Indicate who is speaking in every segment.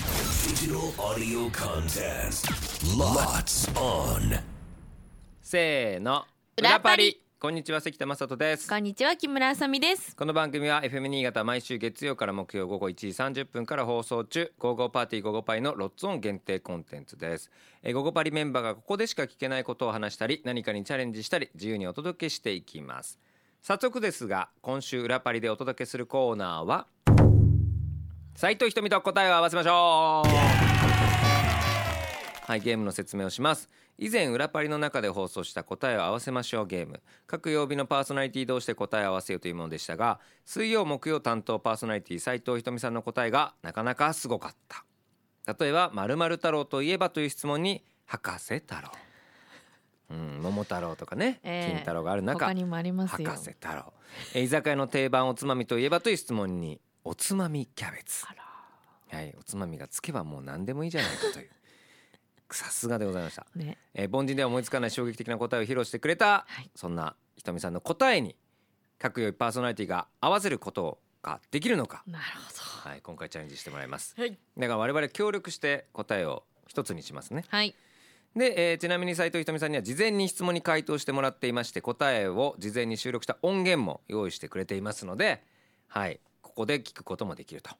Speaker 1: Digital audio contest. Lots on.
Speaker 2: せーの
Speaker 3: 裏パリ
Speaker 2: こんにちは関田正人です
Speaker 3: こんにちは木村あさみです
Speaker 2: この番組は FM 新潟毎週月曜から木曜午後1時30分から放送中「ゴーゴーパーティーゴーゴーパイ」のロッツオン限定コンテンツですえーゴーゴーパリメンバーがここでしか聞けないことを話したり何かにチャレンジしたり自由にお届けしていきます早速ですが今週裏パリでお届けするコーナーは斉藤ひとみと答えを合わせましょうはいゲームの説明をします以前裏パリの中で放送した答えを合わせましょうゲーム各曜日のパーソナリティ同士で答えを合わせようというものでしたが水曜木曜担当パーソナリティ斉藤ひとみさんの答えがなかなかすごかった例えば「まる太郎といえば」という質問に「博士太郎」うん「桃太郎」とかね「
Speaker 3: ええ
Speaker 2: 金太郎」がある中
Speaker 3: 他にもありますよ
Speaker 2: 博士太郎えー居酒屋の定番おつまみといえばという質問におつまみキャベツはいおつまみがつけばもう何でもいいじゃないかというさすがでございました、
Speaker 3: ね
Speaker 2: えー凡人では思いつかない衝撃的な答えを披露してくれた、
Speaker 3: はい
Speaker 2: そんなひとみさんの答えに各曜日パーソナリティが合わせることができるのか、
Speaker 3: なる
Speaker 2: はい、今回チャレンジしてもらいます
Speaker 3: ほどはい
Speaker 2: だから我々協力して答えを一つにしますね
Speaker 3: はい
Speaker 2: で、えーちなみに斉藤ひとみさんには事前に質問に回答してもらっていまして答えを事前に収録した音源も用意してくれていますのではいここで聞くこともできると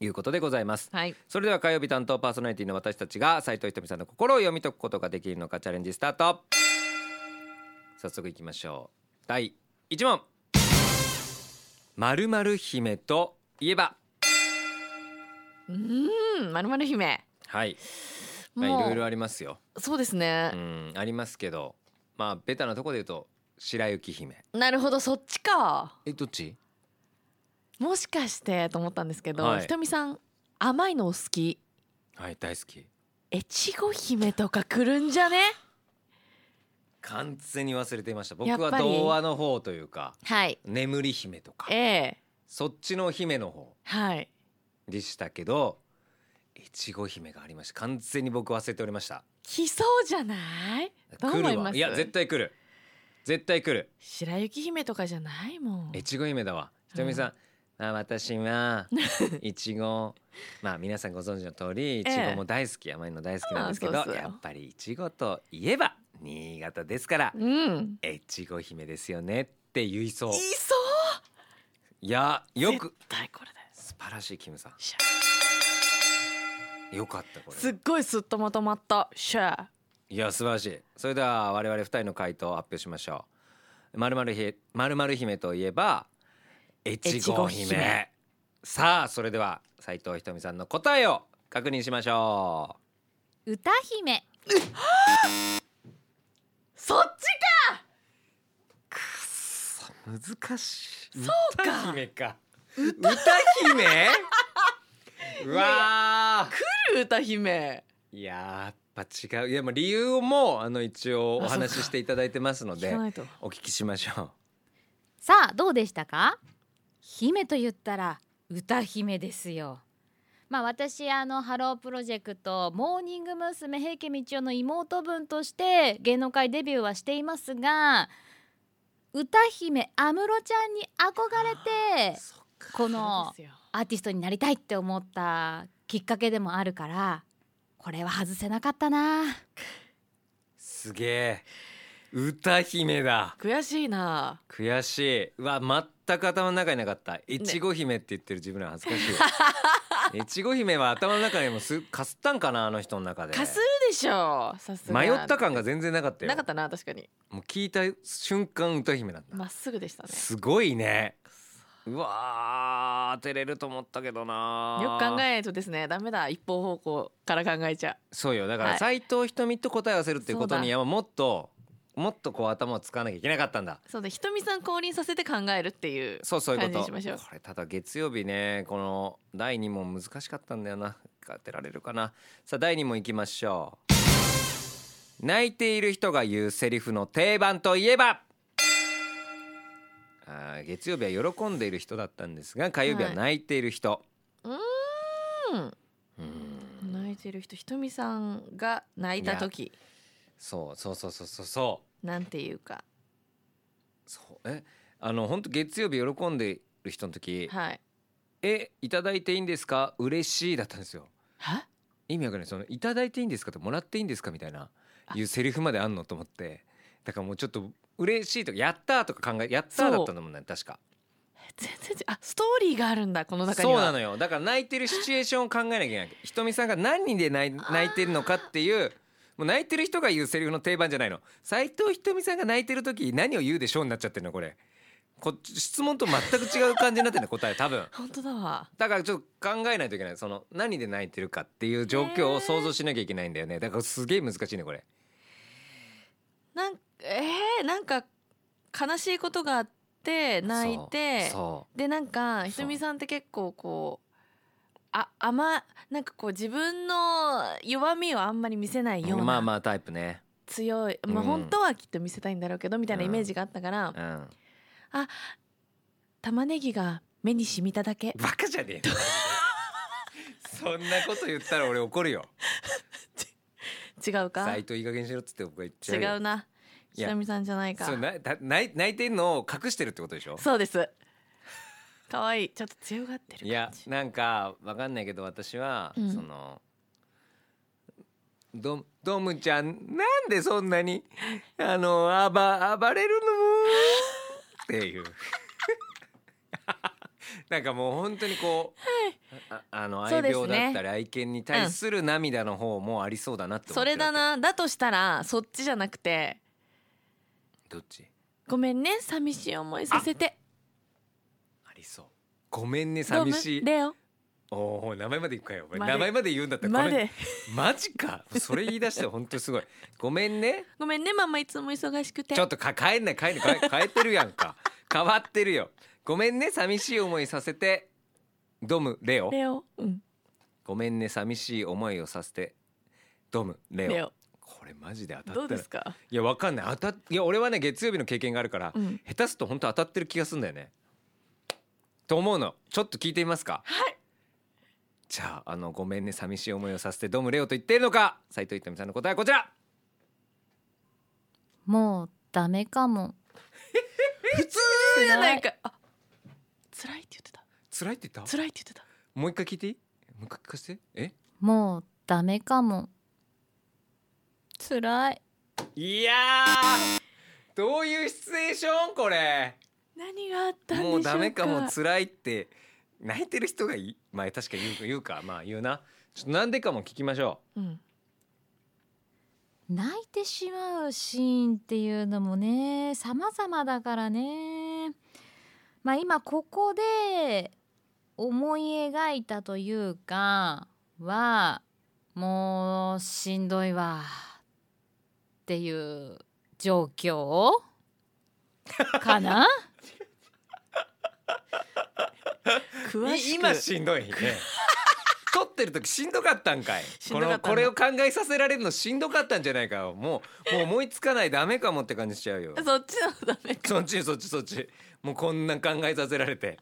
Speaker 2: いうことでございます
Speaker 3: はい
Speaker 2: それでは火曜日担当パーソナリティの私たちが斉藤ひとみさんの心を読み解くことができるのかチャレンジスタート早速いきましょう第1問まるまる姫といえば
Speaker 3: うーんまるまる姫
Speaker 2: はい、まあ、い
Speaker 3: もう
Speaker 2: ろいろありますよ
Speaker 3: そうですね
Speaker 2: う、んありますけどまあベタなとこで言うと白雪姫
Speaker 3: なるほどそっちか
Speaker 2: えどっち
Speaker 3: もしかしてと思ったんですけど、
Speaker 2: はい
Speaker 3: ひとみさん甘いのお好き
Speaker 2: はい大好き
Speaker 3: 越後姫とか来るんじゃね
Speaker 2: 完全に忘れていました僕
Speaker 3: や
Speaker 2: は
Speaker 3: っぱり
Speaker 2: 童話の方というか
Speaker 3: はい
Speaker 2: 眠り姫とか
Speaker 3: ええ
Speaker 2: そっちの姫の方
Speaker 3: はい
Speaker 2: でしたけど越後姫がありました完全に僕忘れておりました
Speaker 3: 来そうじゃないどう思い
Speaker 2: わ
Speaker 3: ます
Speaker 2: いや絶対来る絶対来る
Speaker 3: 白雪姫とかじゃないもん
Speaker 2: 越後姫だわひとみさん、まあ私 はいちごまあ皆さんご存知の通りいちごも大好き、甘いの大好きなんですけど
Speaker 3: ああそうそう
Speaker 2: やっぱりいちごといえば新潟ですから
Speaker 3: うん
Speaker 2: 越後姫ですよねって言いそう
Speaker 3: いそう
Speaker 2: いやよく
Speaker 3: 絶対これだよ
Speaker 2: 素晴らしいキムさ
Speaker 3: しゃ
Speaker 2: んよかったこ
Speaker 3: す
Speaker 2: れ
Speaker 3: っごいすっとまとまったシャー
Speaker 2: いや素晴らしいそれでは我々二人の回答を発表しましょうまるまるひまるまる姫といえば越後姫
Speaker 3: 越後姫
Speaker 2: さあそれでは斉藤ひとみさんの答えを確認しましょう
Speaker 4: 歌姫
Speaker 3: そっち
Speaker 2: 難しいそうか歌姫か歌姫うわー
Speaker 3: 来る歌姫
Speaker 2: いやーやっぱ違ういやまあ理由をもうあの一応お話ししていただいてますの
Speaker 3: 聞
Speaker 2: で
Speaker 3: かないと
Speaker 2: お聞きしましょう
Speaker 4: さあどうでしたか姫と言ったら歌姫ですよまあ私あのハロープロジェクトモーニング娘。平家道夫の妹分として芸能界デビューはしていますが歌姫安室ちゃんに憧れてこの
Speaker 3: そうですよ
Speaker 4: アーティストになりたいって思ったきっかけでもあるからこれは外せなかったな
Speaker 2: すげえ歌姫だ
Speaker 3: 悔しいな
Speaker 2: 悔しいうわ全く頭の中になかったいちご姫って言ってる自分ら恥ずかしいわいちご姫は頭の中にもすかすったんかなあの人の中で
Speaker 3: かするでしょさすが
Speaker 2: 迷った感が全然なかったよ
Speaker 3: なかったな確かに
Speaker 2: もう聞いた瞬間歌姫なんだ
Speaker 3: まっすぐでしたね
Speaker 2: すごいねうわー当てれると思ったけどな
Speaker 3: よく考えないとですねダメだ一方方向から考えちゃ
Speaker 2: そうよだか
Speaker 3: は
Speaker 2: ら
Speaker 3: い
Speaker 2: 斎藤ひとみと答え合わせるっていうこと
Speaker 3: そう
Speaker 2: にはもっともっとこう頭を使わなきゃいけなかったんだ
Speaker 3: うそうだひとみさん降臨させて考えるっていう
Speaker 2: そうそういうこ
Speaker 3: 感じ
Speaker 2: と
Speaker 3: にしましょう
Speaker 2: これただ月曜日ねこの第2問難しかったんだよな当てられるかなさあ第2問いきましょう泣いている人が言うセリフの定番といえばあー月曜日は喜んでいる人だったんですが火曜日は
Speaker 3: はい
Speaker 2: 泣いている人、
Speaker 3: うん
Speaker 2: うーん
Speaker 3: 泣いてる人ひとみさんが泣いた時
Speaker 2: そうそうそうそうそうそう
Speaker 3: なんていうか
Speaker 2: そうえあの本当月曜日喜んでる人の時「
Speaker 3: はい
Speaker 2: えいただいていいんですか嬉しい」だったんですよ。
Speaker 3: は
Speaker 2: 意味わかんないその「いただいていいんですか?」と「もらっていいんですか?」みたいないうセリフまであんのと思ってだからもうちょっと嬉しいとか「やった!」とか考え「やった!」だったんだもんね確か
Speaker 3: 全然ちあストーリーがあるんだこの中に
Speaker 2: そ
Speaker 3: は
Speaker 2: うなのよだから泣いてるシチュエーションを考えなきゃいけないひとみさんが何で泣い泣いてるのかっていうもう泣いてる人が言うセリフの定番じゃないの斎藤ひとみさんが泣いてる時何を言うでしょうになっちゃってるのこれこっち質問と全く違う感じになってるの答え多分
Speaker 3: 本当だわ
Speaker 2: だからちょっと考えないといけないその何で泣いてるかっていう状況を想像しなきゃいけないんだよねだからすげえ難しいねこれ
Speaker 3: なんえー、なんか悲しいことがあって泣いて
Speaker 2: そ
Speaker 3: でなんか
Speaker 2: う
Speaker 3: ひとみさんって結構こうあ甘なんかこう自分の弱みをあんまり見せな
Speaker 2: う
Speaker 3: い
Speaker 2: そ
Speaker 3: よ
Speaker 2: う
Speaker 3: うな、
Speaker 2: まあまあタイプね
Speaker 3: 強い、まあ、
Speaker 2: うん
Speaker 3: 本当はきっと見せたいんだろうけどみたいなイメージがあったから、
Speaker 2: うん
Speaker 3: 玉ねぎが目に染みただけ
Speaker 2: バカじゃねえのそんなこと言ったら俺怒るよ
Speaker 3: 違うか
Speaker 2: 斎
Speaker 3: 違
Speaker 2: 藤いい加減にしろっつって僕が言っちゃうよ
Speaker 3: うなひ
Speaker 2: や
Speaker 3: とみさんじゃないか
Speaker 2: そうなた泣い泣いてんのを隠してるってことでしょ
Speaker 3: そうです可愛いちょっと強がってる感じ
Speaker 2: いやなんかわかんないけど私は、
Speaker 3: うん
Speaker 2: そのドドムちゃんなんでそんなにあの暴暴れるのっていう なんかもう本当にこう、ああの
Speaker 3: そう
Speaker 2: 愛
Speaker 3: ですね
Speaker 2: 病だったり愛犬に対する涙の方もありそうだなって思
Speaker 3: そ
Speaker 2: って
Speaker 3: れ
Speaker 2: るわけ
Speaker 3: だなだとしたらそっちじゃなくて
Speaker 2: どっち
Speaker 3: ごめんね寂しい思いさせて
Speaker 2: ありそうごめんね
Speaker 3: ドム
Speaker 2: 寂しい
Speaker 3: レオ
Speaker 2: おお名前まで行くかよお前
Speaker 3: まで
Speaker 2: 名前まで言うんだったらごめん
Speaker 3: まで
Speaker 2: マジかそれ言い出して本当にすごいごめんね
Speaker 3: ごめんねママいつも忙しくて
Speaker 2: ちょっとか帰んない帰んない帰変えてるやん か変わってるよごめんね寂しい思いさせてドムレオ
Speaker 3: レオうん
Speaker 2: ごめんね寂しい思いをさせてドムレオ
Speaker 3: レオ
Speaker 2: これマジで当たった
Speaker 3: どうですか
Speaker 2: いやわかんない当たっいや俺はね月曜日の経験があるから、
Speaker 3: うん
Speaker 2: 下手すると本当当たってる気がするんだよねと思うのちょっと聞いてみますか
Speaker 3: はい
Speaker 2: じゃああのごめんね寂しい思いをさせてドムレオと言っているのか斉藤ひとみさんの答えはこちら
Speaker 4: もうダメ かも
Speaker 2: 普通
Speaker 3: じゃないかあ辛いって言ってた
Speaker 2: 辛いって言った
Speaker 3: 辛いって言ってた
Speaker 2: もう一回聞いていいもう一回聞かせてえ
Speaker 4: もうダメかもつらい
Speaker 2: いやーどういうシチュエーションこれ
Speaker 3: 何があったんでしょうか
Speaker 2: もうダメかも辛いって泣いてる人がいまあ確か言うか言うかまあ言うなちょっとなんでかも聞きましょ
Speaker 3: うん
Speaker 4: 泣いてしまうシーンっていうのもね様々だからねまあ今ここで思い描いたというかはもうしんどいわっていう状況かな
Speaker 2: う
Speaker 3: 詳し
Speaker 2: い
Speaker 3: く
Speaker 2: 今しん どいね撮ってる時しんどかったんかい
Speaker 3: しん
Speaker 2: こ
Speaker 3: どかった
Speaker 2: の
Speaker 3: んだ
Speaker 2: これを考えさせられるのしんどかったんじゃないかよもうもう思いつかないダメかもって感じしちゃうよ
Speaker 3: そっちのダメか
Speaker 2: そっちそっちそっちもうこんな考えさせられて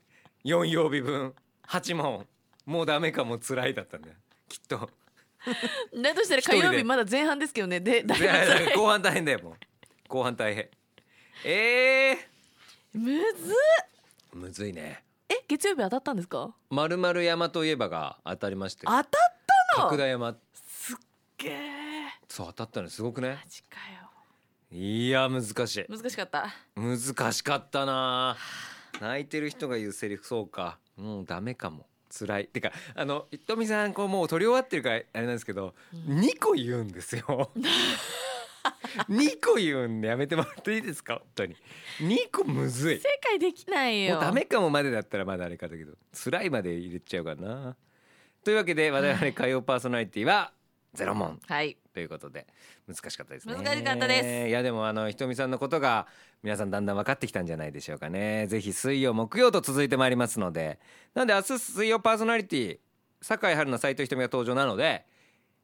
Speaker 2: 4曜日分8問もうダメかも辛いだったんだよきっと
Speaker 3: だとしたら
Speaker 2: 一人
Speaker 3: 火
Speaker 2: で
Speaker 3: 曜日まだ前半ですけど ねでだい
Speaker 2: い
Speaker 3: ぶ
Speaker 2: やいや
Speaker 3: 辛い
Speaker 2: 後半大変だよもう後半大変え
Speaker 3: むずっ
Speaker 2: ー、むずいね
Speaker 3: え月曜日当たったんですか
Speaker 2: まるまる山といえばが当たりまして
Speaker 3: 当たっ
Speaker 2: 角田山
Speaker 3: すっげえ
Speaker 2: そう当たったのすごくね
Speaker 3: マジか
Speaker 2: いや難しい
Speaker 3: よ難しかった
Speaker 2: 難しかったな泣いてる人が言うセリフそうかもうダメかも辛いてかあのひとみさんこうもう取り終わってるからあれなんですけど、2個言うんですよ 2個言うんでやめてもらっていいですか本当に2個むずい
Speaker 3: 正解できないよ
Speaker 2: もうダメかもまでだったらまだあれかだけど辛いまで入れちゃうからなというわけで我々火曜パーソナリティはゼロ問
Speaker 3: はい
Speaker 2: ということで難しかったですね
Speaker 3: 難しかったです
Speaker 2: いやでもあのひとみさんのことが皆さんだんだん分かってきたんじゃないでしょうかねぜひ水曜木曜と続いてまいりますのでなんで明日水曜パーソナリティ酒井春菜斎藤ひとみが登場なので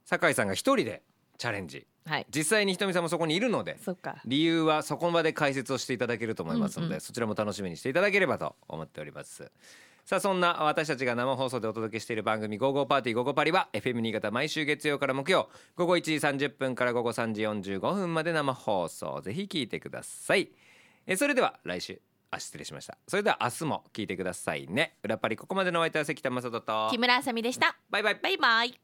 Speaker 2: 酒井さんが一人でチャレンジ
Speaker 3: はい
Speaker 2: 実際にひとみさんもそこにいるので
Speaker 3: そっか
Speaker 2: 理由はそこの場で解説をしていただけると思いますので、
Speaker 3: うんうん
Speaker 2: そちらも楽しみにしていただければと思っておりますさあそんな私たちが生放送でお届けしている番組「ゴーゴーパーティーゴーゴーパリ」は FM 新潟毎週月曜から木曜午後1時30分から午後3時45分まで生放送ぜひ聞いてくださいえそれでは来週あ失礼しましたそれでは明日も聞いてくださいね裏パリここまでのお相手は関田正人と
Speaker 3: 木村あさみでした
Speaker 2: バイバイ
Speaker 3: バイバイ